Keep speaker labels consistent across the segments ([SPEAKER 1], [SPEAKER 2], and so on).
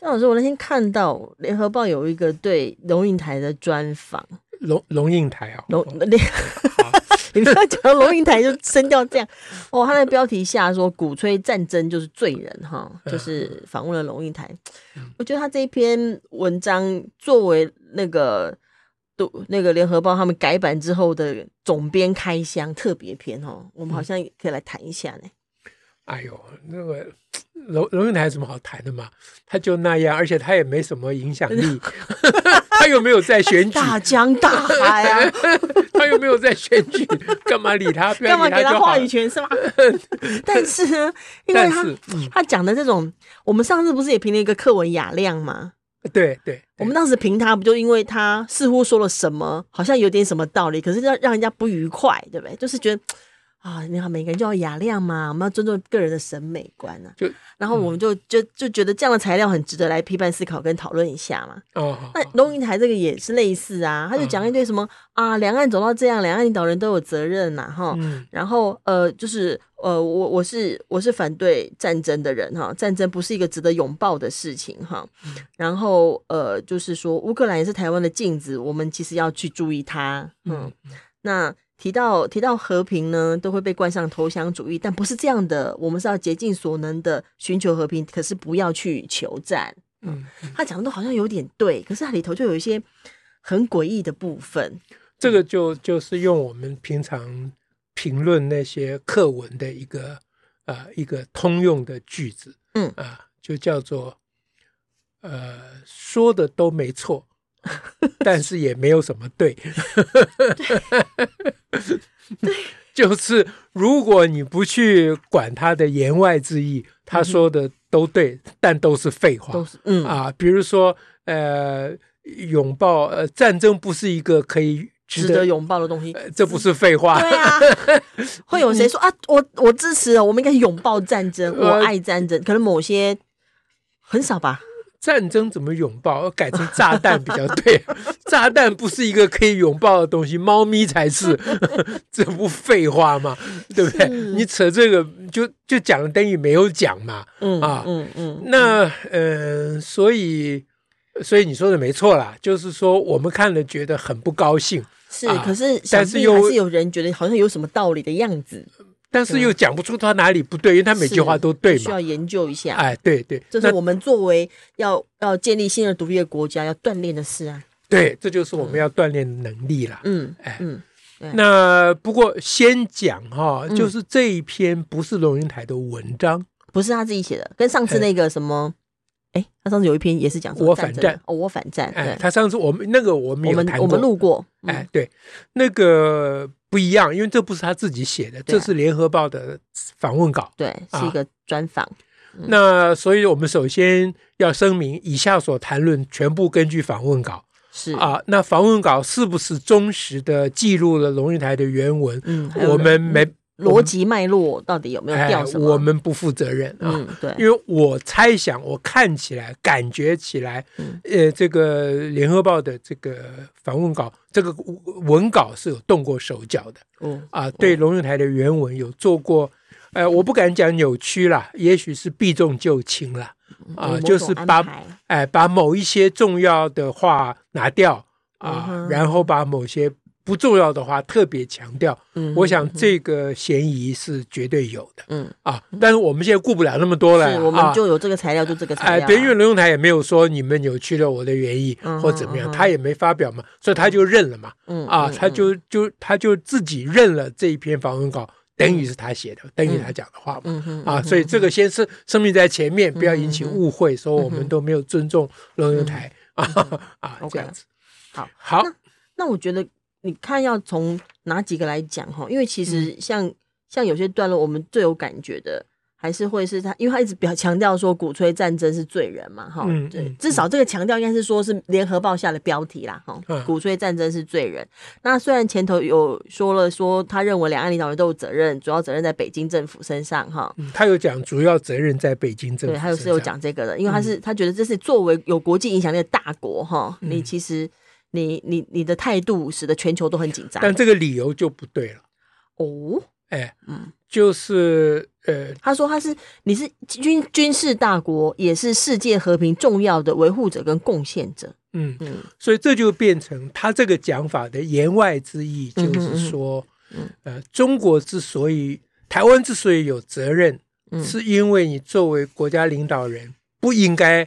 [SPEAKER 1] 郑老师，我那天看到《联合报》有一个对龙应台的专访，
[SPEAKER 2] 龙龙应台啊、
[SPEAKER 1] 龙 联，你不要讲到龙应台就声调这样。哦， 他的标题下说鼓吹战争就是罪人哈，
[SPEAKER 2] 嗯
[SPEAKER 1] 就是访问了龙应台。我觉得他这一篇文章作为那个读那个《联合报》他们改版之后的总编开箱特别篇哦，我们好像可以来谈一下呢。
[SPEAKER 2] 哎呦，那个龙龙应台有什么好谈的嘛？他就那样，而且他也没什么影响 力，他又没有在选举，
[SPEAKER 1] 大江大海 啊，
[SPEAKER 2] 他又没有在选举，干嘛理他？不要
[SPEAKER 1] 干嘛
[SPEAKER 2] 理
[SPEAKER 1] 给
[SPEAKER 2] 就
[SPEAKER 1] 他
[SPEAKER 2] 好
[SPEAKER 1] 话
[SPEAKER 2] 了
[SPEAKER 1] 语。权是吗？但是呢，因为
[SPEAKER 2] 但
[SPEAKER 1] 他
[SPEAKER 2] 是，嗯，
[SPEAKER 1] 他讲的这种，我们上次不是也评了一个课文雅量吗？
[SPEAKER 2] 对对，
[SPEAKER 1] 我们当时评他，不就因为他似乎说了什么，好像有点什么道理，可是让让人家不愉快，对不对？就是觉得啊，你看每个人就要雅量嘛，我们要尊重个人的审美观啊。
[SPEAKER 2] 就嗯
[SPEAKER 1] 然后我们就就就觉得这样的材料很值得来批判思考跟讨论一下嘛。
[SPEAKER 2] 哦，好
[SPEAKER 1] 那龙应台这个也是类似啊，他就讲一堆什么、啊，两岸走到这样，两岸领导人都有责任呐、哈。
[SPEAKER 2] 嗯，
[SPEAKER 1] 然后呃，就是呃，我我是我是反对战争的人哈，战争不是一个值得拥抱的事情哈。
[SPEAKER 2] 嗯
[SPEAKER 1] 然后呃，就是说乌克兰也是台湾的镜子，我们其实要去注意它。嗯，
[SPEAKER 2] 嗯
[SPEAKER 1] 那提到提到和平呢，都会被冠上投降主义，但不是这样的，我们是要竭尽所能的寻求和平，可是不要去求战。
[SPEAKER 2] 嗯，
[SPEAKER 1] 他讲的都好像有点对，可是它里头就有一些很诡异的部分。
[SPEAKER 2] 这个就就是用我们平常评论那些课文的一个呃一个通用的句子，
[SPEAKER 1] 嗯
[SPEAKER 2] 啊、就叫做呃说的都 没错，但是也没有什么对， 就是如果你不去管他的言外之意，他说的都对，但都是废话，
[SPEAKER 1] 嗯都是嗯
[SPEAKER 2] 啊，比如说呃，拥抱呃，战争不是一个可以值
[SPEAKER 1] 值
[SPEAKER 2] 得
[SPEAKER 1] 得，拥抱的东西，
[SPEAKER 2] 呃这不是废 话。
[SPEAKER 1] 对啊，会有谁 说啊？我我支持了，我们应该拥抱战争，我
[SPEAKER 2] 呃
[SPEAKER 1] 爱战争。可能某些很少吧，
[SPEAKER 2] 战争怎么拥抱？改成炸弹比较对。啊炸弹不是一个可以拥抱的东西，猫咪才是， 这不废话吗？对不对？你扯这个就就讲了，等于没有讲嘛。
[SPEAKER 1] 嗯
[SPEAKER 2] 啊
[SPEAKER 1] 嗯嗯，
[SPEAKER 2] 那呃，所以所以你说的没错啦，就是说我们看了觉得很不高兴，
[SPEAKER 1] 是。
[SPEAKER 2] 啊
[SPEAKER 1] 可是想
[SPEAKER 2] 但是
[SPEAKER 1] 必
[SPEAKER 2] 又
[SPEAKER 1] 还是有人觉得好像有什么道理的样子，
[SPEAKER 2] 但是又讲不出他哪里不对，因为他每句话都对
[SPEAKER 1] 需
[SPEAKER 2] 嘛
[SPEAKER 1] 要。研究一下。
[SPEAKER 2] 哎，对对，
[SPEAKER 1] 这
[SPEAKER 2] 那
[SPEAKER 1] 是我们作为要要建立新的独立的国家要锻炼的事啊。
[SPEAKER 2] 对，这就是我们要锻炼的能力啦。
[SPEAKER 1] 嗯
[SPEAKER 2] 哎
[SPEAKER 1] 嗯，嗯
[SPEAKER 2] 那不过先讲哈、
[SPEAKER 1] 嗯
[SPEAKER 2] 就是这一篇不是龙应台的文章，
[SPEAKER 1] 不是他自己写的，跟上次那个什么，哎，他上次有一篇也是讲什么
[SPEAKER 2] 我反
[SPEAKER 1] 争的
[SPEAKER 2] 战
[SPEAKER 1] 哦，我反战，
[SPEAKER 2] 哎，
[SPEAKER 1] 对，
[SPEAKER 2] 他上次我们那个我们
[SPEAKER 1] 我
[SPEAKER 2] 有
[SPEAKER 1] 们
[SPEAKER 2] 谈
[SPEAKER 1] 我们
[SPEAKER 2] 过，
[SPEAKER 1] 路过，嗯
[SPEAKER 2] 哎，对，那个不一样，因为这不是他自己写的，
[SPEAKER 1] 对啊
[SPEAKER 2] 这是联合报的访问稿。
[SPEAKER 1] 对，是一
[SPEAKER 2] 啊
[SPEAKER 1] 个专访，
[SPEAKER 2] 那所以我们首先要声明，以下所谈论全部根据访问稿
[SPEAKER 1] 是，
[SPEAKER 2] 啊。那访问稿是不是忠实的记录了龙应台的原文？
[SPEAKER 1] 嗯，还有
[SPEAKER 2] 我们没
[SPEAKER 1] 逻辑脉络到底有没有
[SPEAKER 2] 哎
[SPEAKER 1] 掉，什么？
[SPEAKER 2] 我们不负责任啊。
[SPEAKER 1] 嗯，对，
[SPEAKER 2] 因为我猜想，我看起来、感觉起来
[SPEAKER 1] 嗯，
[SPEAKER 2] 呃，这个《联合报》的这个访问稿，这个文稿是有动过手脚的
[SPEAKER 1] 嗯
[SPEAKER 2] 啊，对龙应台的原文有做过，呃，我不敢讲扭曲啦，也许是避重就轻啦，
[SPEAKER 1] 嗯有
[SPEAKER 2] 啊，
[SPEAKER 1] 某
[SPEAKER 2] 就是
[SPEAKER 1] 种安
[SPEAKER 2] 把
[SPEAKER 1] 排
[SPEAKER 2] 哎把某一些重要的话拿掉
[SPEAKER 1] 嗯
[SPEAKER 2] 啊，
[SPEAKER 1] 哼
[SPEAKER 2] 然后把某些不重要的话特别强调，
[SPEAKER 1] 嗯
[SPEAKER 2] 我想这个嫌疑是绝对有的
[SPEAKER 1] 嗯，
[SPEAKER 2] 啊，但是我们现在顾不了那么多了，
[SPEAKER 1] 是我们
[SPEAKER 2] 啊
[SPEAKER 1] 就有这个材料，就这个材
[SPEAKER 2] 哎，
[SPEAKER 1] 料啊，
[SPEAKER 2] 对，因为龙应台也没有说你们扭曲了我的原意
[SPEAKER 1] 嗯
[SPEAKER 2] 或怎么样
[SPEAKER 1] 嗯，
[SPEAKER 2] 他也没发表嘛，所以他就认了嘛，
[SPEAKER 1] 嗯
[SPEAKER 2] 啊，
[SPEAKER 1] 嗯
[SPEAKER 2] 他就就他就自己认了这一篇访问稿，等于是他写的，等于他讲的话嘛，
[SPEAKER 1] 嗯哼
[SPEAKER 2] 啊，所以这个先是声明在前面，不要引起误会，说
[SPEAKER 1] 嗯
[SPEAKER 2] 我们都没有尊重龙应台啊 啊，
[SPEAKER 1] OK
[SPEAKER 2] 这样子，
[SPEAKER 1] 好，
[SPEAKER 2] 好，
[SPEAKER 1] 那我觉得你看要
[SPEAKER 2] 嗯
[SPEAKER 1] 从哪几个来讲哈？因为其实像像有些段落我们最有感觉的，还是会是他，因为他一直表 强调说鼓吹战争是罪人嘛，哈、
[SPEAKER 2] 嗯
[SPEAKER 1] 对
[SPEAKER 2] 嗯，
[SPEAKER 1] 至少这个强调应该是说是联合报下的标题啦，哈、
[SPEAKER 2] 嗯
[SPEAKER 1] 鼓吹战争是罪人。那虽然前头有说了说他认为两岸领导人都有责任，主要责任在北京政府身上，哈，
[SPEAKER 2] 嗯他有讲主要责任在北京政府，嗯
[SPEAKER 1] 对，还有是有，讲这个的，因为他是、他觉得这是作为有国际影响力的大国，哈，你其实你你你的态度使得全球都很紧张
[SPEAKER 2] 但这个理由就不对了，
[SPEAKER 1] 哦，
[SPEAKER 2] 哎，
[SPEAKER 1] 嗯。
[SPEAKER 2] 就是呃，
[SPEAKER 1] 他说他是你是军军事大国，也是世界和平重要的维护者跟贡献者。
[SPEAKER 2] 嗯，
[SPEAKER 1] 嗯
[SPEAKER 2] 所以这就变成他这个讲法的言外之意，
[SPEAKER 1] 嗯哼
[SPEAKER 2] 就是说
[SPEAKER 1] 嗯嗯，
[SPEAKER 2] 呃，中国之所以台湾之所以有责任，
[SPEAKER 1] 嗯
[SPEAKER 2] 是因为你作为国家领导人不应该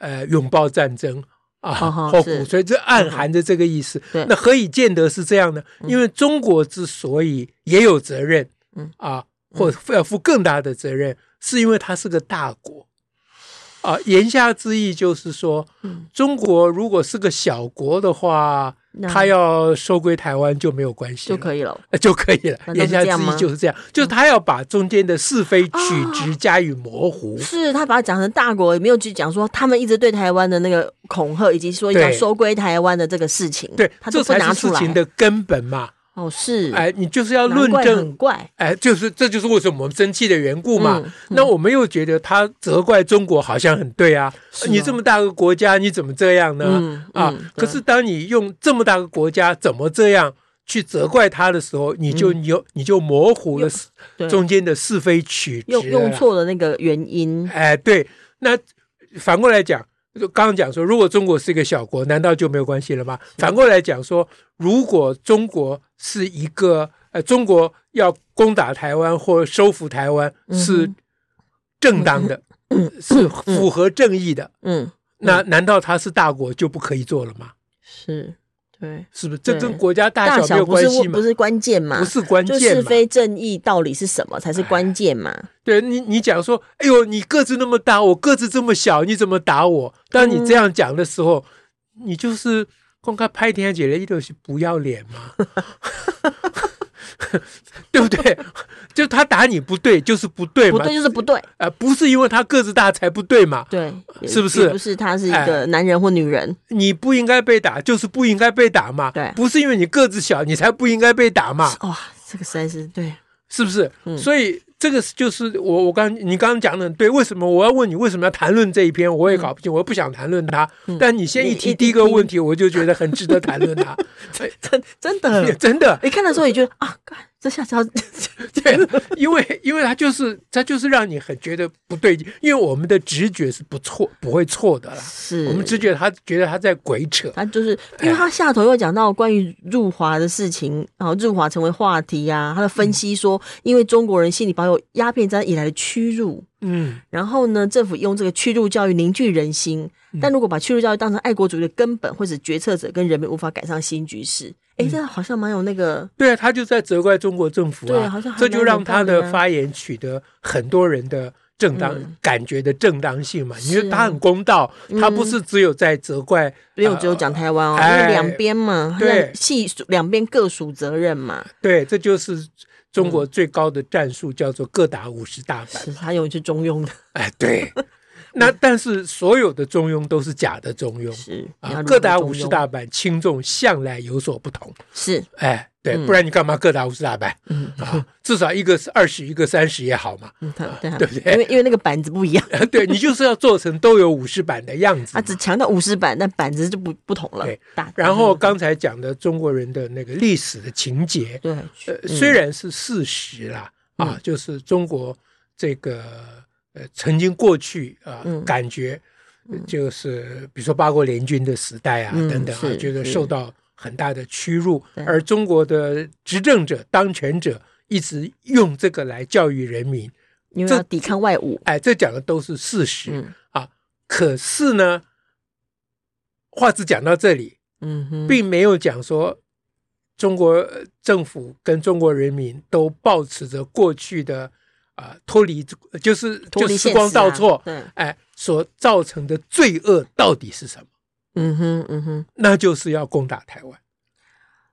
[SPEAKER 2] 呃拥抱战争啊，
[SPEAKER 1] 哦吼
[SPEAKER 2] 或
[SPEAKER 1] 是嗯
[SPEAKER 2] 鼓吹，这暗含着这个意思
[SPEAKER 1] 对。
[SPEAKER 2] 那何以见得是这样呢？因为中国之所以也有责任
[SPEAKER 1] 嗯，
[SPEAKER 2] 啊，或要负更大的责任，是因为它是个大国。啊，言下之意就是说，
[SPEAKER 1] 嗯
[SPEAKER 2] 中国如果是个小国的话
[SPEAKER 1] 那，
[SPEAKER 2] 他要收归台湾就没有关系
[SPEAKER 1] 就
[SPEAKER 2] 了，
[SPEAKER 1] 可以了。
[SPEAKER 2] 呃就可以了。
[SPEAKER 1] 难道
[SPEAKER 2] 言
[SPEAKER 1] 是
[SPEAKER 2] 下
[SPEAKER 1] 这样
[SPEAKER 2] 之
[SPEAKER 1] 吗嗯啊
[SPEAKER 2] 意就是这样，就是他要把中间的是非曲直加以模糊。
[SPEAKER 1] 是他把它讲成大国，也没有去讲说他们一直对台湾的那个恐吓，以及说要
[SPEAKER 2] 对
[SPEAKER 1] 收归台湾的这个事情，
[SPEAKER 2] 对，
[SPEAKER 1] 他
[SPEAKER 2] 这
[SPEAKER 1] 都不
[SPEAKER 2] 才
[SPEAKER 1] 拿
[SPEAKER 2] 是
[SPEAKER 1] 出
[SPEAKER 2] 事
[SPEAKER 1] 来
[SPEAKER 2] 情。的根本嘛。
[SPEAKER 1] 哦，是，
[SPEAKER 2] 哎，你就是要
[SPEAKER 1] 难
[SPEAKER 2] 论
[SPEAKER 1] 怪
[SPEAKER 2] 证
[SPEAKER 1] 很怪，
[SPEAKER 2] 哎，就是这就是为什么我们生气的缘故嘛。
[SPEAKER 1] 嗯嗯
[SPEAKER 2] 那我们又觉得他责怪中国好像很对啊，
[SPEAKER 1] 是
[SPEAKER 2] 你
[SPEAKER 1] 啊
[SPEAKER 2] 这么大个国家你怎么这样呢？
[SPEAKER 1] 嗯
[SPEAKER 2] 啊
[SPEAKER 1] 嗯，
[SPEAKER 2] 可是当你用这么大个国家怎么这样去责怪他的时候，你就有、你就模糊了是
[SPEAKER 1] 嗯对
[SPEAKER 2] 中间的是啊非曲直了
[SPEAKER 1] 用
[SPEAKER 2] 啦
[SPEAKER 1] 用。错的那个原因，
[SPEAKER 2] 哎，对，那反过来讲。就刚刚讲说，如果中国是一个小国，难道就没有关系了吗？反过来讲说，如果中国是一个呃，中国要攻打台湾或收复台湾
[SPEAKER 1] 嗯哼
[SPEAKER 2] 是正当的，是符合正义的，
[SPEAKER 1] 嗯，
[SPEAKER 2] 那难道它是大国就不可以做了吗？
[SPEAKER 1] 是对，
[SPEAKER 2] 是不是？这
[SPEAKER 1] 对
[SPEAKER 2] 跟国家大
[SPEAKER 1] 大
[SPEAKER 2] 小没有
[SPEAKER 1] 小不
[SPEAKER 2] 关
[SPEAKER 1] 是
[SPEAKER 2] 系嘛
[SPEAKER 1] 不？是关键嘛
[SPEAKER 2] 不，是关
[SPEAKER 1] 就
[SPEAKER 2] 键
[SPEAKER 1] 是
[SPEAKER 2] 嘛？
[SPEAKER 1] 非正义到底是什么才是关键嘛？
[SPEAKER 2] 对你，你讲说，哎呦，你个子那么大，我个子这么小，你怎么打我？当你
[SPEAKER 1] 嗯
[SPEAKER 2] 这样讲的时候，你就是公开拍天姐的一头是不要脸嘛， 对不对？就他打你不对，就是不对
[SPEAKER 1] 不
[SPEAKER 2] 嘛，
[SPEAKER 1] 对就是不对，
[SPEAKER 2] 呃，不是因为他个子大才不对嘛，
[SPEAKER 1] 对，也
[SPEAKER 2] 是不是哎
[SPEAKER 1] 也不是他是一个男人或女人，
[SPEAKER 2] 你不应该被打，就是不应该被打嘛，
[SPEAKER 1] 对
[SPEAKER 2] 不是因为你个子小，你才不应该被打嘛，
[SPEAKER 1] 哇，这个实在是 对，
[SPEAKER 2] 是不是？
[SPEAKER 1] 嗯
[SPEAKER 2] 所以这个是就是我我刚你刚刚讲的很对，为什么我要问你为什么要谈论这一篇？我也搞不清，我不想谈论它。
[SPEAKER 1] 嗯
[SPEAKER 2] 但你先一
[SPEAKER 1] 你
[SPEAKER 2] 提
[SPEAKER 1] 一
[SPEAKER 2] 第一个
[SPEAKER 1] 听
[SPEAKER 2] 问题，我就觉得很值得谈论 它。，
[SPEAKER 1] 真真的
[SPEAKER 2] 真的，
[SPEAKER 1] 你看的时候也觉得啊，干这下 次要
[SPEAKER 2] 对，因为因为它就是它就是让你很觉得不对劲，因为我们的直觉是不错不会错的啦。
[SPEAKER 1] 是
[SPEAKER 2] 我们哎直觉他觉得他在鬼扯，
[SPEAKER 1] 他就是因为他下头又讲到关于入华的事情，然后入华成为话题啊，他的
[SPEAKER 2] 嗯
[SPEAKER 1] 分析说，因为中国人心里保有鸦片战以来的屈辱，
[SPEAKER 2] 嗯，
[SPEAKER 1] 然后呢，政府用这个屈辱教育凝聚人心，
[SPEAKER 2] 嗯
[SPEAKER 1] 但如果把屈辱教育当成爱国主义的根本，会使决策者跟人民无法赶上新局势。哎，
[SPEAKER 2] 嗯
[SPEAKER 1] 这好像蛮有那个，
[SPEAKER 2] 对啊，他就在责怪中国政府
[SPEAKER 1] 对
[SPEAKER 2] 啊，
[SPEAKER 1] 好像还
[SPEAKER 2] 这就
[SPEAKER 1] 蛮有
[SPEAKER 2] 让他
[SPEAKER 1] 道理
[SPEAKER 2] 的
[SPEAKER 1] 啊
[SPEAKER 2] 发言取得很多人的正当、
[SPEAKER 1] 嗯
[SPEAKER 2] 感觉的正当性嘛，因
[SPEAKER 1] 是
[SPEAKER 2] 为
[SPEAKER 1] 啊
[SPEAKER 2] 他很公道，他不
[SPEAKER 1] 嗯
[SPEAKER 2] 是只有在责怪，
[SPEAKER 1] 没有只有讲台湾哦，
[SPEAKER 2] 哎
[SPEAKER 1] 因为两边嘛，
[SPEAKER 2] 对
[SPEAKER 1] 那系两边各属责任嘛。
[SPEAKER 2] 对，这就是中国最高的战术，叫做各打五十大板。
[SPEAKER 1] 是他用一句中 庸的，
[SPEAKER 2] 哎， 对，那但是所有的中庸都是假的中庸
[SPEAKER 1] 是你要
[SPEAKER 2] 啊，
[SPEAKER 1] 如何
[SPEAKER 2] 各打
[SPEAKER 1] 中
[SPEAKER 2] 五十
[SPEAKER 1] 庸
[SPEAKER 2] 大板，轻重向来有所不同。
[SPEAKER 1] 是
[SPEAKER 2] 哎，对，
[SPEAKER 1] 嗯
[SPEAKER 2] 不然你干嘛各打五十大板、
[SPEAKER 1] 嗯
[SPEAKER 2] 啊？至少一个是二十，一个三十也好嘛。
[SPEAKER 1] 嗯，他对啊
[SPEAKER 2] 对不对
[SPEAKER 1] 因为因为那个板子不 一样，
[SPEAKER 2] 对你就是要做成都有五十版的样子
[SPEAKER 1] 他
[SPEAKER 2] 嘛。
[SPEAKER 1] 啊只强调五十板，但板子就不不同了
[SPEAKER 2] 对。
[SPEAKER 1] 大
[SPEAKER 2] 然后刚才讲的中国人的那个历史的情节，
[SPEAKER 1] 对，
[SPEAKER 2] 呃，
[SPEAKER 1] 嗯
[SPEAKER 2] 虽然是事实啦，啊，就是中国这个呃曾经过去啊、
[SPEAKER 1] 嗯
[SPEAKER 2] 感觉呃就是比如说八国联军的时代啊、
[SPEAKER 1] 嗯
[SPEAKER 2] 等等啊
[SPEAKER 1] 是，
[SPEAKER 2] 觉得
[SPEAKER 1] 是
[SPEAKER 2] 受到很大的屈辱，
[SPEAKER 1] 对
[SPEAKER 2] 而中国的执政者、当权者一直用这个来教育人民，
[SPEAKER 1] 因为
[SPEAKER 2] 这
[SPEAKER 1] 要抵抗外侮，
[SPEAKER 2] 哎，这讲的都是事实。
[SPEAKER 1] 嗯
[SPEAKER 2] 啊，可是呢，话只讲到这里，
[SPEAKER 1] 嗯哼，
[SPEAKER 2] 并没有讲说中国呃政府跟中国人民都保持着过去的啊、脱离，就是
[SPEAKER 1] 脱
[SPEAKER 2] 就
[SPEAKER 1] 离
[SPEAKER 2] 时
[SPEAKER 1] 现实啊
[SPEAKER 2] 光倒错，
[SPEAKER 1] 对，
[SPEAKER 2] 哎，所造成的罪恶到底是什么？
[SPEAKER 1] 嗯哼嗯哼，
[SPEAKER 2] 那就是要攻打台湾，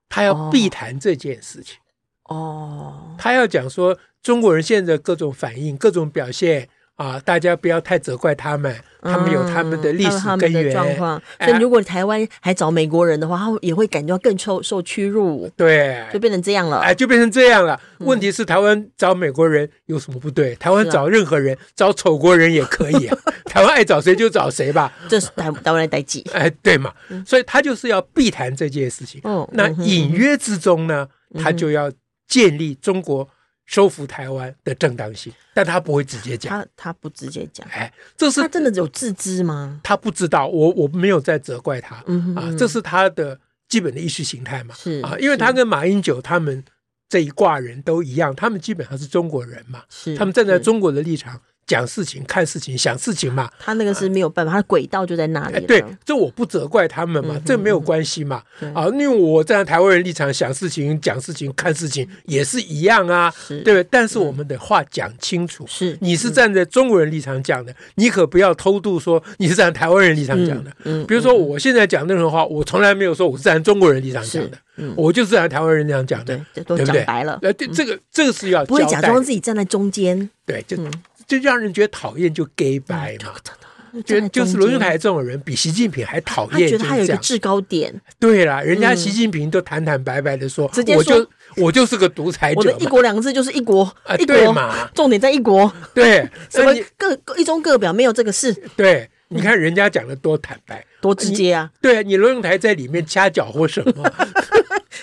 [SPEAKER 2] 他要
[SPEAKER 1] 哦
[SPEAKER 2] 避谈这件事情。
[SPEAKER 1] 哦，
[SPEAKER 2] 他要讲说中国人现在各种反应、各种表现啊，大家不要太责怪他们，他们有他们的历
[SPEAKER 1] 嗯他
[SPEAKER 2] 史
[SPEAKER 1] 们
[SPEAKER 2] 根
[SPEAKER 1] 的
[SPEAKER 2] 源。
[SPEAKER 1] 状况。
[SPEAKER 2] 哎
[SPEAKER 1] 所以如果台湾还找美国人的话，他也会感觉到更受受屈辱，
[SPEAKER 2] 对，
[SPEAKER 1] 就变成这样了。
[SPEAKER 2] 哎，就变成这样了。问题是台湾找美国人有什么不对？台湾
[SPEAKER 1] 嗯是啊
[SPEAKER 2] 找任何人，找丑国人也可 以啊。台湾爱找谁就找谁吧。
[SPEAKER 1] 这是台台湾的代际。
[SPEAKER 2] 哎，对嘛，所以他就是要避谈这件事情。
[SPEAKER 1] 哦，
[SPEAKER 2] 那
[SPEAKER 1] 嗯哼嗯
[SPEAKER 2] 隐约之中呢，他就要建立中国收复台湾的正当性，但他不会直接讲。
[SPEAKER 1] 他他不直接讲，
[SPEAKER 2] 哎，这
[SPEAKER 1] 他
[SPEAKER 2] 是
[SPEAKER 1] 真的有自知吗？
[SPEAKER 2] 他不知道，我我没有在责怪他
[SPEAKER 1] 嗯哼
[SPEAKER 2] 啊
[SPEAKER 1] 嗯，
[SPEAKER 2] 这是他的基本的意识形态嘛。
[SPEAKER 1] 是
[SPEAKER 2] 啊，因为他
[SPEAKER 1] 是
[SPEAKER 2] 跟马英九他们这一挂人都一样，他们基本上是中国人嘛，
[SPEAKER 1] 是
[SPEAKER 2] 他们站在
[SPEAKER 1] 是
[SPEAKER 2] 中国的立场讲事情、看事情、想事情嘛。
[SPEAKER 1] 他那个是没有办法，他的轨道就在那里
[SPEAKER 2] 啊哎，
[SPEAKER 1] 了。
[SPEAKER 2] 对，这我不责怪他们嘛
[SPEAKER 1] 嗯，
[SPEAKER 2] 这没有关系嘛。
[SPEAKER 1] 对
[SPEAKER 2] 啊，因为我站在台湾人立场想事情、讲事情、看事情也是一样啊，
[SPEAKER 1] 是嗯
[SPEAKER 2] 对不对？但是我们得话讲清楚，
[SPEAKER 1] 是
[SPEAKER 2] 你是站在中国人立场讲的，你可不要偷渡说你是站在台湾人立场讲的。
[SPEAKER 1] 嗯
[SPEAKER 2] 比如说，我现在讲任何话，我从来没有说我是站在中国人立场讲
[SPEAKER 1] 是
[SPEAKER 2] 的，
[SPEAKER 1] 嗯
[SPEAKER 2] 我就是站在台湾人立场讲的。
[SPEAKER 1] 对，都
[SPEAKER 2] 对不
[SPEAKER 1] 讲
[SPEAKER 2] 对
[SPEAKER 1] 白了，嗯
[SPEAKER 2] 呃，对，这个这个是要
[SPEAKER 1] 不会
[SPEAKER 2] 交
[SPEAKER 1] 假
[SPEAKER 2] 代
[SPEAKER 1] 装
[SPEAKER 2] 的
[SPEAKER 1] 自己站在中间，
[SPEAKER 2] 对，就
[SPEAKER 1] 嗯
[SPEAKER 2] 就让人觉得讨厌，就 gay 白嘛。
[SPEAKER 1] 站
[SPEAKER 2] 就
[SPEAKER 1] 在
[SPEAKER 2] 就是
[SPEAKER 1] 中
[SPEAKER 2] 罗
[SPEAKER 1] 间
[SPEAKER 2] 俊凯这种人，比习近平还讨
[SPEAKER 1] 他
[SPEAKER 2] 厌，
[SPEAKER 1] 觉
[SPEAKER 2] 就
[SPEAKER 1] 得
[SPEAKER 2] 是
[SPEAKER 1] 他有
[SPEAKER 2] 这
[SPEAKER 1] 一个
[SPEAKER 2] 样。
[SPEAKER 1] 制高点，
[SPEAKER 2] 对啦，人家
[SPEAKER 1] 嗯
[SPEAKER 2] 习近平都坦坦白白的说，
[SPEAKER 1] 直接
[SPEAKER 2] 我
[SPEAKER 1] 说
[SPEAKER 2] 就我哎就是个独裁
[SPEAKER 1] 我
[SPEAKER 2] 者
[SPEAKER 1] 的
[SPEAKER 2] 嘛
[SPEAKER 1] 一国两制就是一国
[SPEAKER 2] 啊，，
[SPEAKER 1] 一
[SPEAKER 2] 对
[SPEAKER 1] 国
[SPEAKER 2] 嘛，
[SPEAKER 1] 重点在一国，
[SPEAKER 2] 对，
[SPEAKER 1] 什
[SPEAKER 2] 所
[SPEAKER 1] 么
[SPEAKER 2] 以
[SPEAKER 1] 各各一中各表没有这个事，
[SPEAKER 2] 对，你看人家讲的多坦白，
[SPEAKER 1] 多直接啊！
[SPEAKER 2] 对你罗永台在里面掐搅和什么？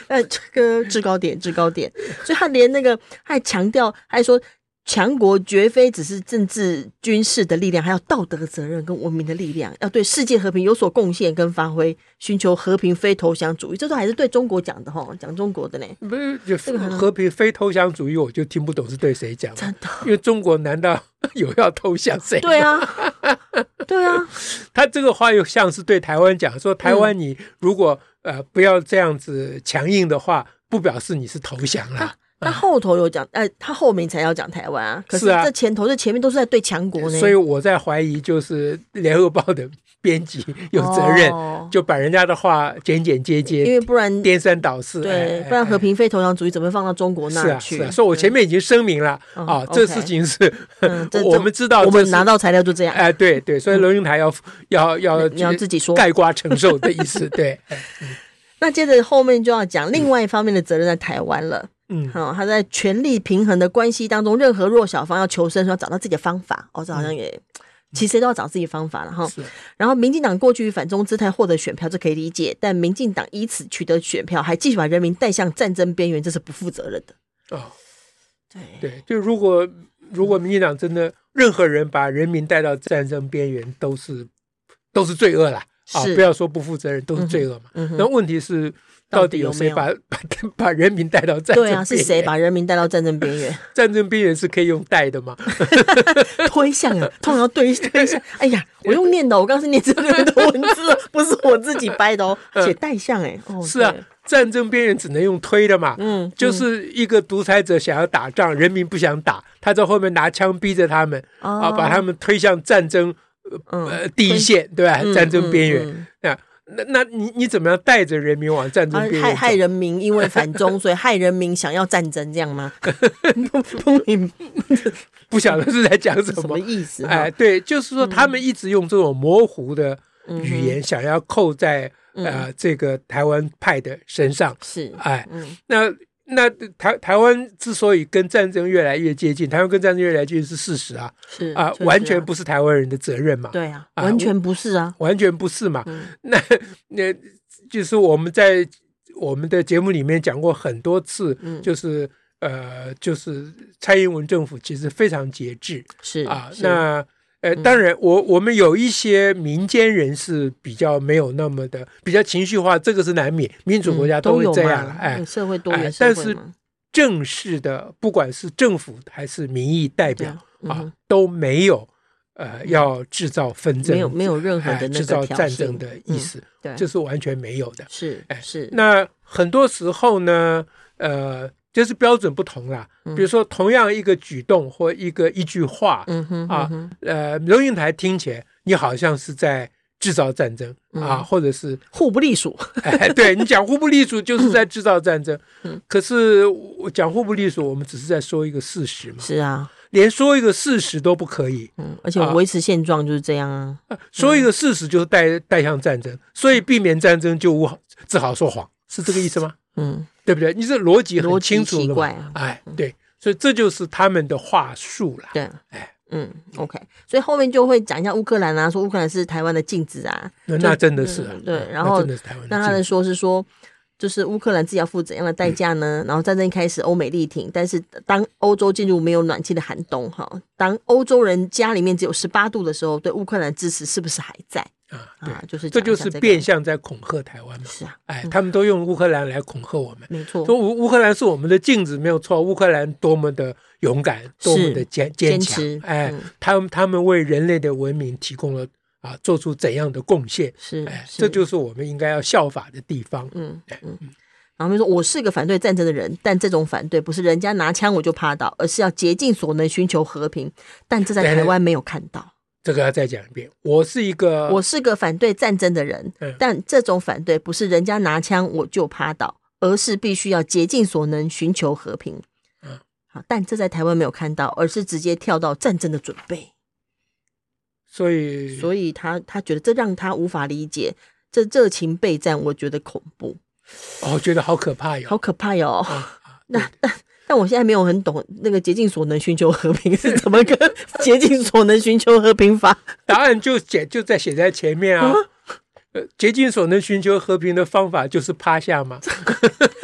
[SPEAKER 1] 呃，这个制高点，制高点，所以他连那个还强调，还说强国绝非只是政治军事的力量，还有道德责任跟文明的力量，要对世界和平有所贡献跟发挥，寻求和平非投降主义，这都还是对中国讲的哈，讲中国的呢，
[SPEAKER 2] 不是 就
[SPEAKER 1] 这个很好
[SPEAKER 2] 和平非投降主义，我就听不懂是对谁讲
[SPEAKER 1] 嗯真
[SPEAKER 2] 的。
[SPEAKER 1] 的，
[SPEAKER 2] 因为中国难道 有要投降谁？
[SPEAKER 1] 对啊，对啊，
[SPEAKER 2] 他这个话又像是对台湾讲，说台
[SPEAKER 1] 嗯
[SPEAKER 2] 湾你如果、呃不要这样子强硬的话，不表示你是投降啦。
[SPEAKER 1] 他后头有讲，哎，他后面才要讲台湾啊，可是
[SPEAKER 2] 是啊
[SPEAKER 1] 这前头这前面都是在对强国呢，
[SPEAKER 2] 所以我在怀疑，就是联合报的编辑有责任，
[SPEAKER 1] 哦
[SPEAKER 2] 就把人家的话简简接
[SPEAKER 1] 因
[SPEAKER 2] 接、
[SPEAKER 1] 为不然
[SPEAKER 2] 颠三倒四，哎
[SPEAKER 1] 对，不然和。平非投降主义怎么会放到中国
[SPEAKER 2] 哎是
[SPEAKER 1] 那
[SPEAKER 2] 啊，
[SPEAKER 1] 儿去？
[SPEAKER 2] 是啊，所以我前面已经声明了
[SPEAKER 1] 嗯
[SPEAKER 2] 啊
[SPEAKER 1] 嗯，
[SPEAKER 2] 这
[SPEAKER 1] OK
[SPEAKER 2] 事情是
[SPEAKER 1] 嗯这
[SPEAKER 2] 我们知道，
[SPEAKER 1] 我们拿到材料就这样，
[SPEAKER 2] 哎，对对，所以龙应台要要要
[SPEAKER 1] 你要自己说。
[SPEAKER 2] 盖瓜承受的意思，对，哎
[SPEAKER 1] 那接着后面就要讲另外一方面的责任在台湾了。
[SPEAKER 2] 嗯，
[SPEAKER 1] 好、他在权力平衡的关系当中，任何弱小方要求生，说要找到自己的方法。哦，这好
[SPEAKER 2] 嗯
[SPEAKER 1] 像也。其实谁都要找自己的方法了哈。
[SPEAKER 2] 是
[SPEAKER 1] 然后，民进党过去以反中姿态获得选票，这可以理解，但民进党以此取得选票，还继续把人民带向战争边缘，这是不负责任的。
[SPEAKER 2] 哦，
[SPEAKER 1] 对，
[SPEAKER 2] 对，就如果如果民进党真的任何人把人民带到战争边缘，都是都是罪恶啦。啊！
[SPEAKER 1] 是
[SPEAKER 2] 不要说不负责任，都是罪恶嘛。
[SPEAKER 1] 嗯哼
[SPEAKER 2] 那问题是，
[SPEAKER 1] 到
[SPEAKER 2] 到
[SPEAKER 1] 底
[SPEAKER 2] 底
[SPEAKER 1] 有
[SPEAKER 2] 有谁
[SPEAKER 1] 没有
[SPEAKER 2] 把把把 人民带到战争边
[SPEAKER 1] 对
[SPEAKER 2] 缘？
[SPEAKER 1] 啊， 是谁把人民带到战争边缘？
[SPEAKER 2] 战争边缘是可以用带的吗？
[SPEAKER 1] 推向啊，通常要对推向。哎呀，我用念的哦，我刚刚是念这边的文字哦，不是我自己掰 的哦，写带向哎、哦，
[SPEAKER 2] 嗯是啊
[SPEAKER 1] 对，
[SPEAKER 2] 战争边缘只能用推的嘛。
[SPEAKER 1] 嗯，
[SPEAKER 2] 就是一个独裁者想要打仗，人民不想打，他在后面拿枪逼着他们啊，把他们推向战争
[SPEAKER 1] 哦嗯
[SPEAKER 2] 呃第一线，对吧？战争边
[SPEAKER 1] 嗯嗯
[SPEAKER 2] 缘。那那那你你怎么样带着人民往战争
[SPEAKER 1] 啊
[SPEAKER 2] 边
[SPEAKER 1] 害
[SPEAKER 2] 缘
[SPEAKER 1] 害
[SPEAKER 2] 走？
[SPEAKER 1] 人民，因为反中，所以害人民想要战争，这样 吗？不不明白
[SPEAKER 2] 不晓得是在讲什
[SPEAKER 1] 什么
[SPEAKER 2] 么。
[SPEAKER 1] 意思？嗯
[SPEAKER 2] 哎，，对，就是说他们一直用这种模糊的语言，想要扣在呃这个台湾派的身上。
[SPEAKER 1] 嗯是，
[SPEAKER 2] 哎，
[SPEAKER 1] 嗯，
[SPEAKER 2] 那那台台湾之所以跟战争越来越接近，台湾跟战争越来越接近是事实啊
[SPEAKER 1] 是
[SPEAKER 2] 啊，
[SPEAKER 1] 确实
[SPEAKER 2] 完全不是台湾人的责任嘛，
[SPEAKER 1] 对啊，
[SPEAKER 2] 啊
[SPEAKER 1] 完
[SPEAKER 2] 我
[SPEAKER 1] 全不是啊，
[SPEAKER 2] 完全不是嘛。
[SPEAKER 1] 嗯
[SPEAKER 2] 那 那就是我们在我们的节目里面讲过很多次，
[SPEAKER 1] 嗯
[SPEAKER 2] 就是呃，就是蔡英文政府其实非常节制
[SPEAKER 1] 是
[SPEAKER 2] 啊。
[SPEAKER 1] 是嗯
[SPEAKER 2] 那呃，当然我，我们有一些民间人士比较没有那么的比较情绪化，这个是难免，民主国
[SPEAKER 1] 嗯
[SPEAKER 2] 家
[SPEAKER 1] 都
[SPEAKER 2] 会
[SPEAKER 1] 有
[SPEAKER 2] 这
[SPEAKER 1] 嘛
[SPEAKER 2] 样了，哎
[SPEAKER 1] 嗯。社会多
[SPEAKER 2] 哎
[SPEAKER 1] 元社
[SPEAKER 2] 但
[SPEAKER 1] 会
[SPEAKER 2] 是
[SPEAKER 1] 嘛，
[SPEAKER 2] 正式的，不管是政府还是民意代
[SPEAKER 1] 对
[SPEAKER 2] 表
[SPEAKER 1] 啊嗯哼嗯
[SPEAKER 2] 啊，都没有呃要制造纷争，
[SPEAKER 1] 没有没有任何的
[SPEAKER 2] 哎
[SPEAKER 1] 那
[SPEAKER 2] 制
[SPEAKER 1] 个嗯
[SPEAKER 2] 造
[SPEAKER 1] 挑
[SPEAKER 2] 战
[SPEAKER 1] 衅
[SPEAKER 2] 争，的意思，
[SPEAKER 1] 对，
[SPEAKER 2] 这是完全没有的。
[SPEAKER 1] 是
[SPEAKER 2] 哎
[SPEAKER 1] 是
[SPEAKER 2] 那很多时候呢，呃，就是标准不同啦。比如说，同样一个举动或一个一句话，
[SPEAKER 1] 嗯嗯哼
[SPEAKER 2] 啊
[SPEAKER 1] 嗯哼
[SPEAKER 2] 呃，龙应台听起来你好像是在制造战争
[SPEAKER 1] 嗯
[SPEAKER 2] 啊，或者是
[SPEAKER 1] 互不隶属，
[SPEAKER 2] 哎，对你讲互不隶属就是在制造 战争。
[SPEAKER 1] 嗯
[SPEAKER 2] 可是我讲互不隶属，我们只是在说一个事实嘛，
[SPEAKER 1] 是啊，
[SPEAKER 2] 连说一个事实都不可以，呃
[SPEAKER 1] 嗯，而且维持现状就是这样啊，
[SPEAKER 2] 说一个事实就是带带向战争，所以避免战争就无好只好说谎，是这个意思吗？
[SPEAKER 1] 嗯，
[SPEAKER 2] 对不对？你这逻辑很
[SPEAKER 1] 逻辑
[SPEAKER 2] 清楚
[SPEAKER 1] 奇
[SPEAKER 2] 了嘛
[SPEAKER 1] 怪啊，
[SPEAKER 2] 哎，对，所以这就是他们的话术啦。
[SPEAKER 1] 对，
[SPEAKER 2] 哎
[SPEAKER 1] 嗯，OK，所以后面就会讲一下乌克兰啊，说乌克兰是台湾的镜子啊，
[SPEAKER 2] 那那真的是啊
[SPEAKER 1] 嗯对，然
[SPEAKER 2] 那
[SPEAKER 1] 后
[SPEAKER 2] 真的是台湾
[SPEAKER 1] 那
[SPEAKER 2] 的
[SPEAKER 1] 他
[SPEAKER 2] 镜
[SPEAKER 1] 的
[SPEAKER 2] 子
[SPEAKER 1] 说是说，就是乌克兰自己要付怎样的代价呢？
[SPEAKER 2] 嗯
[SPEAKER 1] 然后战争一开始，欧美力挺，但是当欧洲进入没有暖气的寒冬，哈，当欧洲人家里面只有十八度的时候，对乌克兰支持是不是还在
[SPEAKER 2] 啊，对，
[SPEAKER 1] 啊？就是
[SPEAKER 2] 这
[SPEAKER 1] 讲一
[SPEAKER 2] 就
[SPEAKER 1] 下
[SPEAKER 2] 是
[SPEAKER 1] 个
[SPEAKER 2] 变相在恐吓台湾嘛。
[SPEAKER 1] 是啊，
[SPEAKER 2] 哎，他们都用乌克兰来恐吓我们，
[SPEAKER 1] 没错，
[SPEAKER 2] 说乌乌克兰是我们的镜子，没有错。乌克兰多么的勇敢，多么的坚
[SPEAKER 1] 坚
[SPEAKER 2] 强
[SPEAKER 1] 持，
[SPEAKER 2] 哎
[SPEAKER 1] 嗯，
[SPEAKER 2] 他们他们为人类的文明提供了啊，做出怎样的贡献？
[SPEAKER 1] 是
[SPEAKER 2] 哎，，
[SPEAKER 1] 嗯是
[SPEAKER 2] 这就是我们应该要效法的地方。
[SPEAKER 1] 嗯嗯。然后他们说：“我是个反对战争的人，但这种反对不是人家拿枪我就趴倒，而是要竭尽所能寻求和平。但这在
[SPEAKER 2] 对对
[SPEAKER 1] 台湾没有看到。
[SPEAKER 2] 这个要再讲一遍，我是一个
[SPEAKER 1] 我是个反对战争的人，
[SPEAKER 2] 嗯
[SPEAKER 1] 但这种反对不是人家拿枪我就趴倒，而是必须要竭尽所能寻求和平。
[SPEAKER 2] 嗯
[SPEAKER 1] 好，但这在台湾没有看到，而是直接跳到战争的准备，
[SPEAKER 2] 所以
[SPEAKER 1] 所以他他觉得这让他无法理解。这热情备战，我觉得恐怖，
[SPEAKER 2] 哦我觉得好可怕哟。
[SPEAKER 1] 好可怕哟、
[SPEAKER 2] 啊
[SPEAKER 1] 那那但我现在没有很懂那个竭尽所能寻求和平是怎么 个竭尽所能寻求和平 法？
[SPEAKER 2] 答案就写就在写在前面啊。呃，竭尽所能寻求和平的方法就是趴下嘛。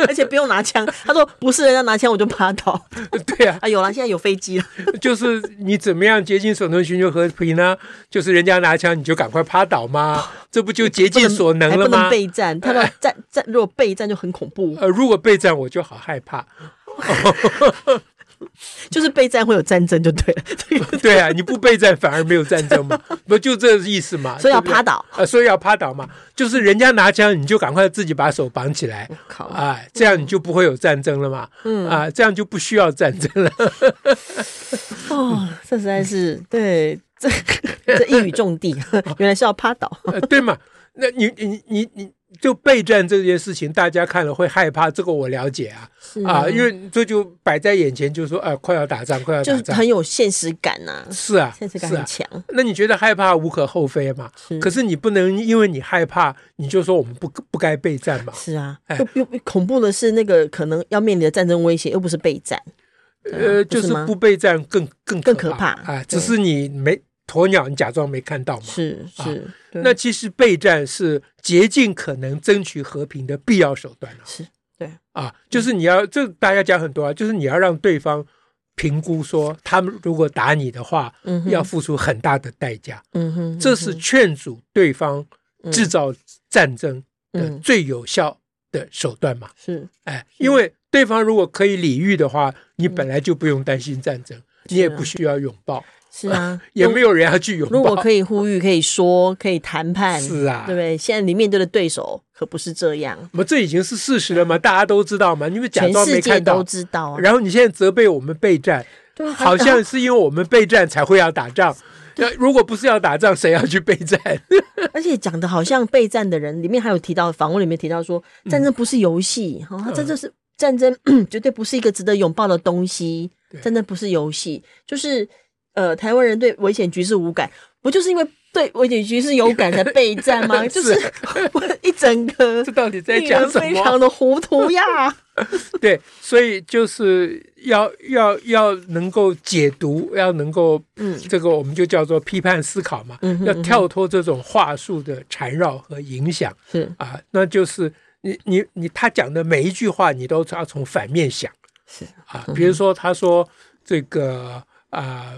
[SPEAKER 1] 而且不用拿枪，他说不是人家拿枪我就趴 倒
[SPEAKER 2] 对啊，
[SPEAKER 1] 啊！有啦，现在有飞机了。
[SPEAKER 2] 就是你怎么样竭尽所能寻求和平呢？就是人家拿枪你就赶快趴倒嘛， 这不就竭
[SPEAKER 1] 不
[SPEAKER 2] 尽所能
[SPEAKER 1] 还
[SPEAKER 2] 了
[SPEAKER 1] 不能
[SPEAKER 2] 吗？
[SPEAKER 1] 备战，他说战战如果备战就很恐怖，
[SPEAKER 2] 呃，如果备战我就好害怕。
[SPEAKER 1] 就是备战会有战争就 对了，这个
[SPEAKER 2] 对啊，你不备战反而没有战 争嘛，不就这意思嘛？
[SPEAKER 1] 所以要
[SPEAKER 2] 对不对
[SPEAKER 1] 趴倒。
[SPEAKER 2] 啊，所以要趴倒嘛，就是人家拿枪，你就赶快自己把手绑起来
[SPEAKER 1] 我靠，
[SPEAKER 2] 啊，这样你就不会有战争了嘛，嗯啊，这样就不需要战争了。
[SPEAKER 1] 哦，这实在是对这 这一语中的， 原来是要趴倒。
[SPEAKER 2] 呃对嘛？那你你你你就备战这件事情，大家看了会害怕，这个我了解啊
[SPEAKER 1] 是
[SPEAKER 2] 啊，因为这就摆在眼前，就说啊，快要打仗，快要
[SPEAKER 1] 就
[SPEAKER 2] 打
[SPEAKER 1] 是
[SPEAKER 2] 仗，
[SPEAKER 1] 很有现实感呐，
[SPEAKER 2] 是啊，
[SPEAKER 1] 现实感
[SPEAKER 2] 是
[SPEAKER 1] 很
[SPEAKER 2] 啊。
[SPEAKER 1] 强。嗯
[SPEAKER 2] 那你觉得害怕无可厚非嘛？
[SPEAKER 1] 是
[SPEAKER 2] 可是你不能因为你害怕，你就说我们不不该备战嘛？
[SPEAKER 1] 是啊
[SPEAKER 2] 哎，
[SPEAKER 1] 又又恐怖的是那个可能要面临的战争威胁，又不是备战，
[SPEAKER 2] 呃，
[SPEAKER 1] 啊不
[SPEAKER 2] 就是是
[SPEAKER 1] 吗
[SPEAKER 2] 不备战更更
[SPEAKER 1] 更可怕
[SPEAKER 2] 啊，
[SPEAKER 1] 对
[SPEAKER 2] 只是你没鸵鸟，你假装没看到嘛。
[SPEAKER 1] 是
[SPEAKER 2] 啊
[SPEAKER 1] 是，对
[SPEAKER 2] 那其实备战是竭尽可能争取和平的必要手段啊
[SPEAKER 1] 是对
[SPEAKER 2] 啊，就是你要这大家讲很多啊，就是你要让对方评估说，他们如果打你的话，
[SPEAKER 1] 嗯哼
[SPEAKER 2] 要付出很大的代价，
[SPEAKER 1] 嗯哼，
[SPEAKER 2] 这是劝阻对方制造战争的
[SPEAKER 1] 嗯
[SPEAKER 2] 最有效的手段嘛。
[SPEAKER 1] 是
[SPEAKER 2] 哎，因为对方如果可以理喻的话，你本来就不用担心战争，你也
[SPEAKER 1] 是啊
[SPEAKER 2] 不需要拥抱，，
[SPEAKER 1] 是啊
[SPEAKER 2] 也没有人要去拥
[SPEAKER 1] 如果
[SPEAKER 2] 抱。
[SPEAKER 1] 可以呼吁，可以说，可以谈判，
[SPEAKER 2] 是啊
[SPEAKER 1] 对不对？现在你面对的对手可不是这样，
[SPEAKER 2] 我们这已经是事实了嘛，大家都知道嘛，你们假
[SPEAKER 1] 全
[SPEAKER 2] 装没
[SPEAKER 1] 世界
[SPEAKER 2] 看到
[SPEAKER 1] 都，知道啊。
[SPEAKER 2] 然后你现在责备我们备战，
[SPEAKER 1] 对 啊
[SPEAKER 2] 好像是因为我们备战才会要打 仗。那如果不是要打仗，谁要去备战？
[SPEAKER 1] 而且讲的好像备战的人，里面还有提到访问里面提到说，战争不是游戏，哦哈、它
[SPEAKER 2] 嗯
[SPEAKER 1] 战争是战争， 绝对不是一个值得拥抱的东西
[SPEAKER 2] 对。
[SPEAKER 1] 战争不是游戏，就是呃，台湾人对危险局势无感，不就是因为对危险局势有感才备战 吗？就是 我一整个
[SPEAKER 2] 这到底在
[SPEAKER 1] 令人
[SPEAKER 2] 讲什
[SPEAKER 1] 非常
[SPEAKER 2] 么？
[SPEAKER 1] 的糊涂 呀。
[SPEAKER 2] 对，所以就是要要要能够解读，要能够，
[SPEAKER 1] 嗯
[SPEAKER 2] 这个我们就叫做批判思考嘛，
[SPEAKER 1] 嗯哼
[SPEAKER 2] 要跳脱这种话术的缠绕和影响
[SPEAKER 1] 是
[SPEAKER 2] 啊，那就是你你你他讲的每一句话，你都要从反面想。
[SPEAKER 1] 是，嗯
[SPEAKER 2] 啊，比如说他说这个啊、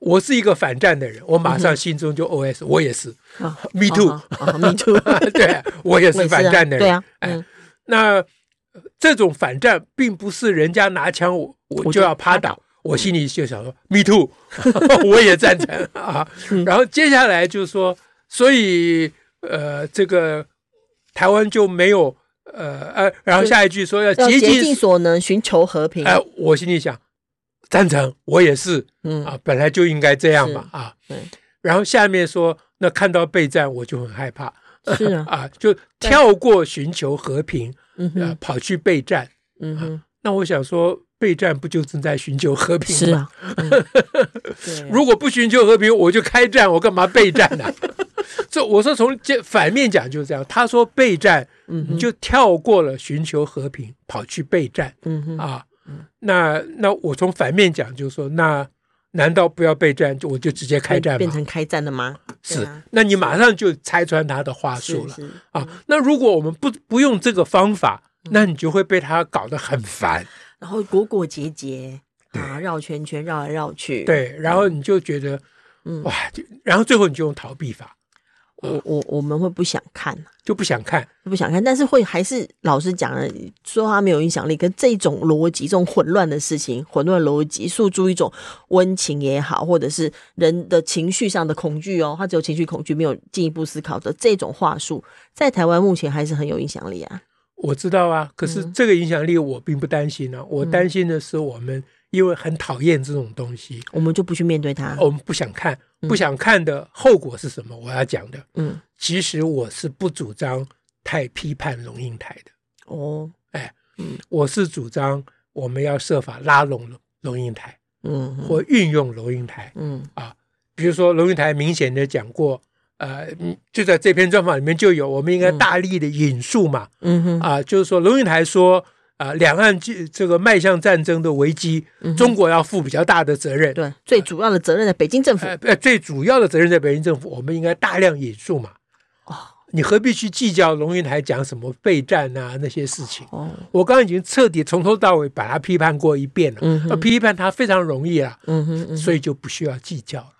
[SPEAKER 2] 我是一个反战的人，我马上心中就 OS，、我也是
[SPEAKER 1] 嗯啊
[SPEAKER 2] ，Me too，、
[SPEAKER 1] ，Me too，
[SPEAKER 2] 对我也
[SPEAKER 1] 我也
[SPEAKER 2] 是反战的人。
[SPEAKER 1] 对啊，
[SPEAKER 2] 哎
[SPEAKER 1] 嗯，
[SPEAKER 2] 那呃这种反战并不是人家拿枪我我
[SPEAKER 1] 我
[SPEAKER 2] 就
[SPEAKER 1] 就
[SPEAKER 2] 要趴
[SPEAKER 1] 趴嗯
[SPEAKER 2] 倒，我心里就想说 Me too，我 也赞成啊。
[SPEAKER 1] 嗯
[SPEAKER 2] 然后接下来就是说，所以呃，这个台湾就没有呃呃，然后
[SPEAKER 1] 就
[SPEAKER 2] 下一句说要
[SPEAKER 1] 要
[SPEAKER 2] 竭
[SPEAKER 1] 竭尽
[SPEAKER 2] 尽
[SPEAKER 1] 所能寻求和平。
[SPEAKER 2] 哎，我心里想，赞成，我也是
[SPEAKER 1] 嗯，
[SPEAKER 2] 啊，本来就应该这样嘛啊。
[SPEAKER 1] 对
[SPEAKER 2] 然后下面说，那看到备战我就很害怕
[SPEAKER 1] 是啊，
[SPEAKER 2] 啊，就跳过寻求和平，
[SPEAKER 1] 嗯
[SPEAKER 2] 呃
[SPEAKER 1] 哼，，
[SPEAKER 2] 跑去备战。
[SPEAKER 1] 嗯哼，
[SPEAKER 2] 那我想说，备战不就正在寻求和 平吗？
[SPEAKER 1] 是啊， 嗯对啊
[SPEAKER 2] 如果不寻求和平，我就开战，我干嘛备战呢、 这我说从这反面讲就是这样。他说备战，
[SPEAKER 1] 嗯哼
[SPEAKER 2] 你就跳过了寻求和平，跑去备战
[SPEAKER 1] 嗯哼，
[SPEAKER 2] 啊。那那我从反面讲就是说，那难道不要备战，就我就直接开战
[SPEAKER 1] 变
[SPEAKER 2] 吗？
[SPEAKER 1] 成开战了吗？对
[SPEAKER 2] 是
[SPEAKER 1] 啊，
[SPEAKER 2] 那你马上就拆穿他的话术
[SPEAKER 1] 是嗯
[SPEAKER 2] 了
[SPEAKER 1] 是，
[SPEAKER 2] 啊。那如果我们不不用这个方法，
[SPEAKER 1] 嗯
[SPEAKER 2] 那你就会被他搞得很烦，
[SPEAKER 1] 然后果果结结啊，绕圈圈绕来绕去，，
[SPEAKER 2] 对，然后你就觉得
[SPEAKER 1] 嗯
[SPEAKER 2] 哇，就然后最后你就用逃避法，
[SPEAKER 1] 我我我们会不想看。
[SPEAKER 2] 就不想看。
[SPEAKER 1] 不想看，但是会还是老师讲了，说他没有影响力，跟这种逻辑、这种混乱的事情、混乱逻辑，诉诸一种温情也好，或者是人的情绪上的恐惧哦，他只有情绪恐惧，没有进一步思考的这种话术，在台湾目前还是很有影响力啊。
[SPEAKER 2] 我知道啊，可是
[SPEAKER 1] 嗯
[SPEAKER 2] 这个影响力我并不担心啊，我
[SPEAKER 1] 嗯
[SPEAKER 2] 担心的是我们因为很讨厌这种东西，
[SPEAKER 1] 我们就不去面对它，
[SPEAKER 2] 我们不想看，
[SPEAKER 1] 啊嗯
[SPEAKER 2] 不想看的后果是什么？我要讲的，
[SPEAKER 1] 嗯，
[SPEAKER 2] 其实我是不主张太批判龙应台的，
[SPEAKER 1] 哦，
[SPEAKER 2] 我是主张我们要设法拉拢龙龙应台
[SPEAKER 1] 嗯嗯
[SPEAKER 2] 或运用龙应台。
[SPEAKER 1] 嗯
[SPEAKER 2] 比如说龙应台明显的讲过，呃，嗯就在这篇专访里面就有，我们应该
[SPEAKER 1] 嗯
[SPEAKER 2] 大力的引述嘛，
[SPEAKER 1] 嗯哼，
[SPEAKER 2] 啊，就是说龙应台说，啊，两岸这这个迈向战争的危机，
[SPEAKER 1] 嗯哼
[SPEAKER 2] 中国要负比较大的责任。
[SPEAKER 1] 对，最主要的责任在北京政府
[SPEAKER 2] 呃，呃，最主要的责任在北京政府，我们应该大量引述嘛。
[SPEAKER 1] 哦
[SPEAKER 2] 你何必去计较龙应台讲什么备战啊那些事情？
[SPEAKER 1] 哦，
[SPEAKER 2] 我刚刚已经彻底从头到尾把他批判过一遍了，
[SPEAKER 1] 嗯
[SPEAKER 2] 要
[SPEAKER 1] 哼，
[SPEAKER 2] 批判他非常容易啊，
[SPEAKER 1] 嗯哼，嗯哼
[SPEAKER 2] 所以就不需要计较了。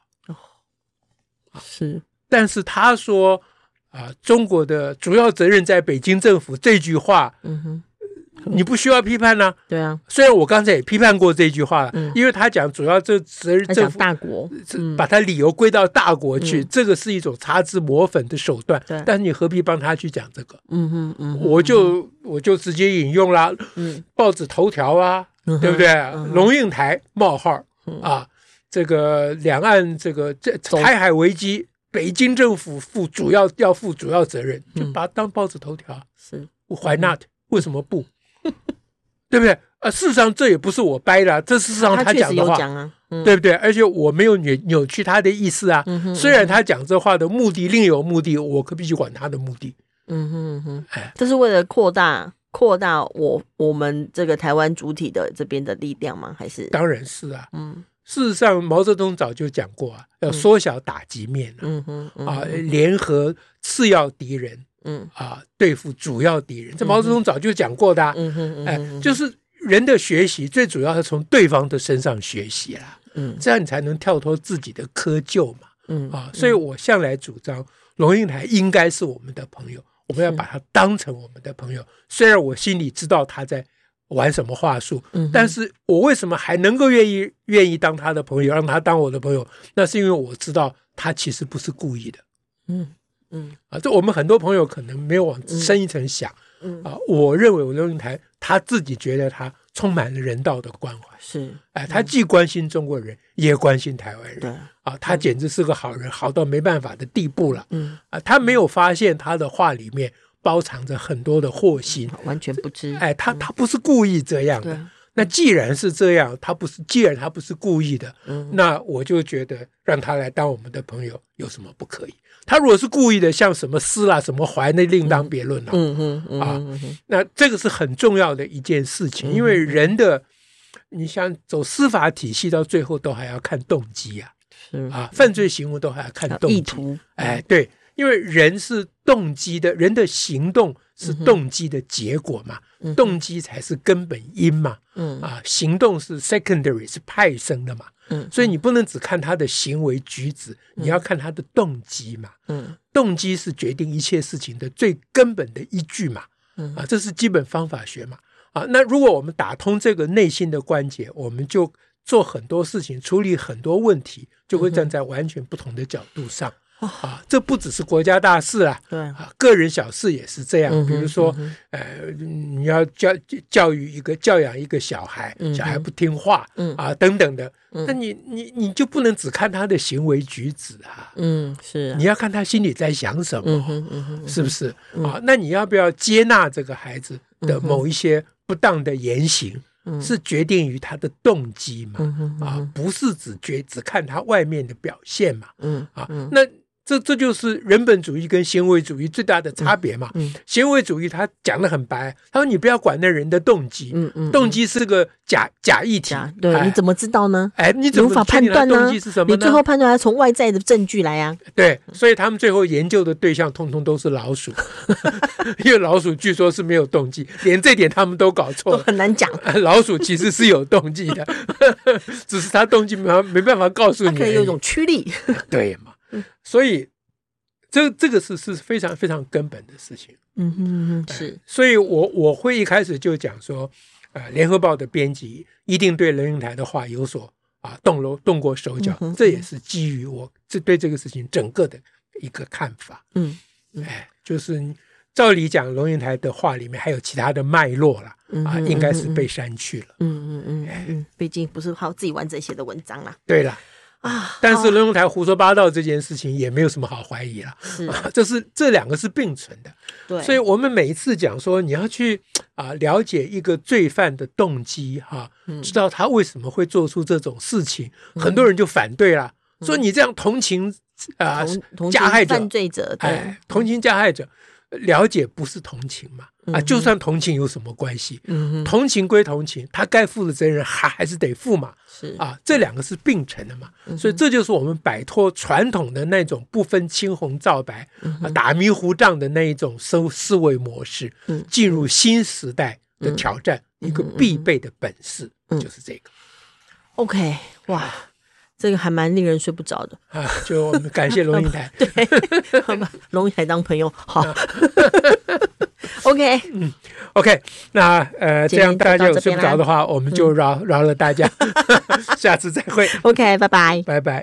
[SPEAKER 1] 是，
[SPEAKER 2] 但是他说啊、中国的主要责任在北京政府这句话，
[SPEAKER 1] 嗯哼，
[SPEAKER 2] 你不需要批判呢、
[SPEAKER 1] 对啊，
[SPEAKER 2] 虽然我刚才也批判过这句话了，
[SPEAKER 1] 嗯
[SPEAKER 2] 因为他讲主要这责任
[SPEAKER 1] 他
[SPEAKER 2] 政
[SPEAKER 1] 讲
[SPEAKER 2] 府
[SPEAKER 1] 大国，
[SPEAKER 2] 这
[SPEAKER 1] 嗯
[SPEAKER 2] 把它理由归到大国去，
[SPEAKER 1] 嗯
[SPEAKER 2] 这个是一种擦脂抹粉的手段。
[SPEAKER 1] 对
[SPEAKER 2] 但是你何必帮他去讲这个？
[SPEAKER 1] 嗯哼嗯哼，
[SPEAKER 2] 我就我就直接引用啦，
[SPEAKER 1] 嗯，
[SPEAKER 2] 报纸头条啊，
[SPEAKER 1] 嗯哼
[SPEAKER 2] 对不对？
[SPEAKER 1] 嗯哼
[SPEAKER 2] 龙应台冒号
[SPEAKER 1] 嗯
[SPEAKER 2] 啊，这个两岸这个这
[SPEAKER 1] 走
[SPEAKER 2] 台海危机，北京政府负主要要负主要责任，就
[SPEAKER 1] 嗯
[SPEAKER 2] 把它当报纸头条。
[SPEAKER 1] 是，
[SPEAKER 2] Why not？为什么不？ 对不对？啊，事实上这也不是我掰的啊，这事实上
[SPEAKER 1] 他确
[SPEAKER 2] 讲
[SPEAKER 1] 实
[SPEAKER 2] 的
[SPEAKER 1] 有
[SPEAKER 2] 话，
[SPEAKER 1] 讲啊，嗯，
[SPEAKER 2] 对不对？而且我没有扭扭曲他的意思啊。
[SPEAKER 1] 嗯哼，
[SPEAKER 2] 虽然他讲这话的目的另有目的，我可必须管他的目的。
[SPEAKER 1] 嗯哼嗯哼
[SPEAKER 2] 哎，
[SPEAKER 1] 这是为了扩大扩大我我们这个台湾主体的这边的力量吗？还是
[SPEAKER 2] 当然是啊，
[SPEAKER 1] 嗯
[SPEAKER 2] 事实上毛泽东早就讲过啊，要缩小打击面啊，
[SPEAKER 1] 嗯哼嗯
[SPEAKER 2] 啊联合次要敌人
[SPEAKER 1] 嗯
[SPEAKER 2] 啊，对付主要敌人。这毛泽东早就讲过的、啊，
[SPEAKER 1] 嗯哼嗯
[SPEAKER 2] 哎
[SPEAKER 1] 哼，
[SPEAKER 2] 就是人的学习最主要是从对方的身上学习啦，
[SPEAKER 1] 嗯
[SPEAKER 2] 这样你才能跳脱自己的窠臼嘛。
[SPEAKER 1] 嗯
[SPEAKER 2] 啊，所以我向来主张龙应台应该是我们的朋友，我们要把他当成我们的朋友。虽然我心里知道他在玩什么话术，
[SPEAKER 1] 嗯哼
[SPEAKER 2] 但是我为什么还能够愿意愿意当他的朋友，让他当我的朋友？那是因为我知道他其实不是故意的
[SPEAKER 1] 嗯嗯
[SPEAKER 2] 啊。这我们很多朋友可能没有往深一层想
[SPEAKER 1] 嗯
[SPEAKER 2] 啊。我认为龙应台他自己觉得他充满了人道的关怀，
[SPEAKER 1] 是
[SPEAKER 2] 哎，他既关心中国人，也关心台湾人
[SPEAKER 1] 嗯对
[SPEAKER 2] 啊，他简直是个好人，好到没办法的地步了。
[SPEAKER 1] 嗯
[SPEAKER 2] 啊，他没有发现他的话里面包藏着很多的祸心。
[SPEAKER 1] 完全不知
[SPEAKER 2] 哎，他他不是故意这样
[SPEAKER 1] 嗯对啊
[SPEAKER 2] 的。那既然是这样，他不是，既然他不是故意的，
[SPEAKER 1] 嗯
[SPEAKER 2] 那我就觉得让他来当我们的朋友有什么不可以？他如果是故意的，像什么私啦、什么怀，那另当别论了、
[SPEAKER 1] 嗯哼嗯
[SPEAKER 2] 啊
[SPEAKER 1] 哼嗯哼
[SPEAKER 2] 那这个是很重要的一件事情，因
[SPEAKER 1] 嗯
[SPEAKER 2] 为人的，你想走司法体系到最后都还要看动机呀、
[SPEAKER 1] 是呃
[SPEAKER 2] 啊，犯罪行为都还要看动
[SPEAKER 1] 啊
[SPEAKER 2] 机。
[SPEAKER 1] 意图
[SPEAKER 2] 哎，对，因为人是动机的，人的行动是动机的结果嘛，
[SPEAKER 1] 嗯
[SPEAKER 2] 动机才是根本因嘛，
[SPEAKER 1] 嗯
[SPEAKER 2] 啊，行动是 secondary 是派生的嘛，
[SPEAKER 1] 嗯
[SPEAKER 2] 所以你不能只看他的行为举止，你要看他的动机嘛，
[SPEAKER 1] 嗯
[SPEAKER 2] 动机是决定一切事情的最根本的依据嘛，
[SPEAKER 1] 嗯
[SPEAKER 2] 啊，这是基本方法学嘛，啊，那如果我们打通这个内心的关节，我们就做很多事情，处理很多问题，就会站在完全不同的角度上。啊，这不只是国家大事啊，
[SPEAKER 1] 对，
[SPEAKER 2] 啊，个人小事也是这样。
[SPEAKER 1] 嗯
[SPEAKER 2] 比
[SPEAKER 1] 哼
[SPEAKER 2] 如说，
[SPEAKER 1] 嗯
[SPEAKER 2] 呃，你要教教育一个教养一个小孩，
[SPEAKER 1] 嗯
[SPEAKER 2] 小孩
[SPEAKER 1] 嗯
[SPEAKER 2] 不听话，
[SPEAKER 1] 嗯
[SPEAKER 2] 啊等等的，
[SPEAKER 1] 嗯
[SPEAKER 2] 那你你你就不能只看他的行为举止啊，
[SPEAKER 1] 嗯，是啊，
[SPEAKER 2] 你要看他心里在想什么，
[SPEAKER 1] 嗯哼嗯哼，
[SPEAKER 2] 是不是啊？那你要不要接纳这个孩子的某一些不当的言行，
[SPEAKER 1] 嗯
[SPEAKER 2] 是决定于他的动机嘛？
[SPEAKER 1] 嗯哼
[SPEAKER 2] 啊，不是只觉只看他外面的表现嘛？
[SPEAKER 1] 嗯
[SPEAKER 2] 啊，那这这就是人本主义跟行为主义最大的差别嘛。
[SPEAKER 1] 嗯
[SPEAKER 2] 行为主义他讲的很白，他说你不要管那人的动机，
[SPEAKER 1] 嗯嗯，
[SPEAKER 2] 动机是个假假议题
[SPEAKER 1] 假，对，你
[SPEAKER 2] 哎
[SPEAKER 1] 怎么知道呢？
[SPEAKER 2] 哎，你
[SPEAKER 1] 你
[SPEAKER 2] 怎
[SPEAKER 1] 无
[SPEAKER 2] 么
[SPEAKER 1] 法
[SPEAKER 2] 确
[SPEAKER 1] 判
[SPEAKER 2] 定他
[SPEAKER 1] 断
[SPEAKER 2] 动
[SPEAKER 1] 呢？
[SPEAKER 2] 机是什么
[SPEAKER 1] 你
[SPEAKER 2] 呢？
[SPEAKER 1] 最后判断要从外在的证据来呀。
[SPEAKER 2] 对，所以他们最后研究的对象通通都是 老鼠，因为老鼠据说是没有动机，连这点他们都搞错
[SPEAKER 1] 都
[SPEAKER 2] 了。
[SPEAKER 1] 很难讲，
[SPEAKER 2] 老鼠其实是有动机的， 只是它动机没法没办法告诉
[SPEAKER 1] 它
[SPEAKER 2] 你而已。
[SPEAKER 1] 可能有一种驱力。
[SPEAKER 2] 对嘛？所以这这个是是非常非常根本的事情。
[SPEAKER 1] 嗯哼，是，
[SPEAKER 2] 所以我我会一开始就讲说，呃，联合报的编辑一定对龙应台的话有所啊动了动过手脚，
[SPEAKER 1] 嗯哼
[SPEAKER 2] 这也是基于我这对这个事情整个的一个看法。
[SPEAKER 1] 嗯
[SPEAKER 2] 哎，就是你照理讲，龙应台的话里面还有其他的脉络啦，
[SPEAKER 1] 嗯
[SPEAKER 2] 啊，
[SPEAKER 1] 哼
[SPEAKER 2] 应该是被删去了。
[SPEAKER 1] 嗯嗯嗯嗯，毕竟不是靠自己完整写的文章啦。
[SPEAKER 2] 对了，
[SPEAKER 1] 啊，
[SPEAKER 2] 但是龙应台胡说八道这件事情也没有什么好怀疑了，
[SPEAKER 1] 是，
[SPEAKER 2] 啊 这是这两个是并存的。
[SPEAKER 1] 对，
[SPEAKER 2] 所以我们每一次讲说，你要去啊、了解一个罪犯的动机哈、
[SPEAKER 1] 嗯
[SPEAKER 2] 知道他为什么会做出这种事情，很多人就反对啦，说你这样同情啊、
[SPEAKER 1] 嗯同同
[SPEAKER 2] 加
[SPEAKER 1] 情
[SPEAKER 2] 害者
[SPEAKER 1] 犯，罪者，对
[SPEAKER 2] 哎，，同情加害者，了解不是同情嘛？啊，就算同情有什么关系？
[SPEAKER 1] 嗯嗯哼，
[SPEAKER 2] 同情归同情，他该负的责任还还是得负嘛。
[SPEAKER 1] 是，
[SPEAKER 2] 啊，这两个是并存的嘛，
[SPEAKER 1] 嗯
[SPEAKER 2] 所以这就是我们摆脱传统的那种不分青红皂白、啊、打迷糊仗的那一种思思维模式
[SPEAKER 1] 嗯，
[SPEAKER 2] 进入新时代的挑战，一个必备的本事
[SPEAKER 1] 嗯
[SPEAKER 2] 就是这个
[SPEAKER 1] OK，哇，这个还蛮令人睡不着的。，
[SPEAKER 2] 啊，就我们感谢龙应 台
[SPEAKER 1] 对，好吧，龙海当朋友好。OK，
[SPEAKER 2] OK，那呃，
[SPEAKER 1] 今
[SPEAKER 2] 这
[SPEAKER 1] 天
[SPEAKER 2] 样大家
[SPEAKER 1] 就到
[SPEAKER 2] 有
[SPEAKER 1] 这
[SPEAKER 2] 睡
[SPEAKER 1] 边啦嗯
[SPEAKER 2] 不 着的话，我们就饶饶了大家，下次再会，
[SPEAKER 1] OK，拜拜。
[SPEAKER 2] 拜拜。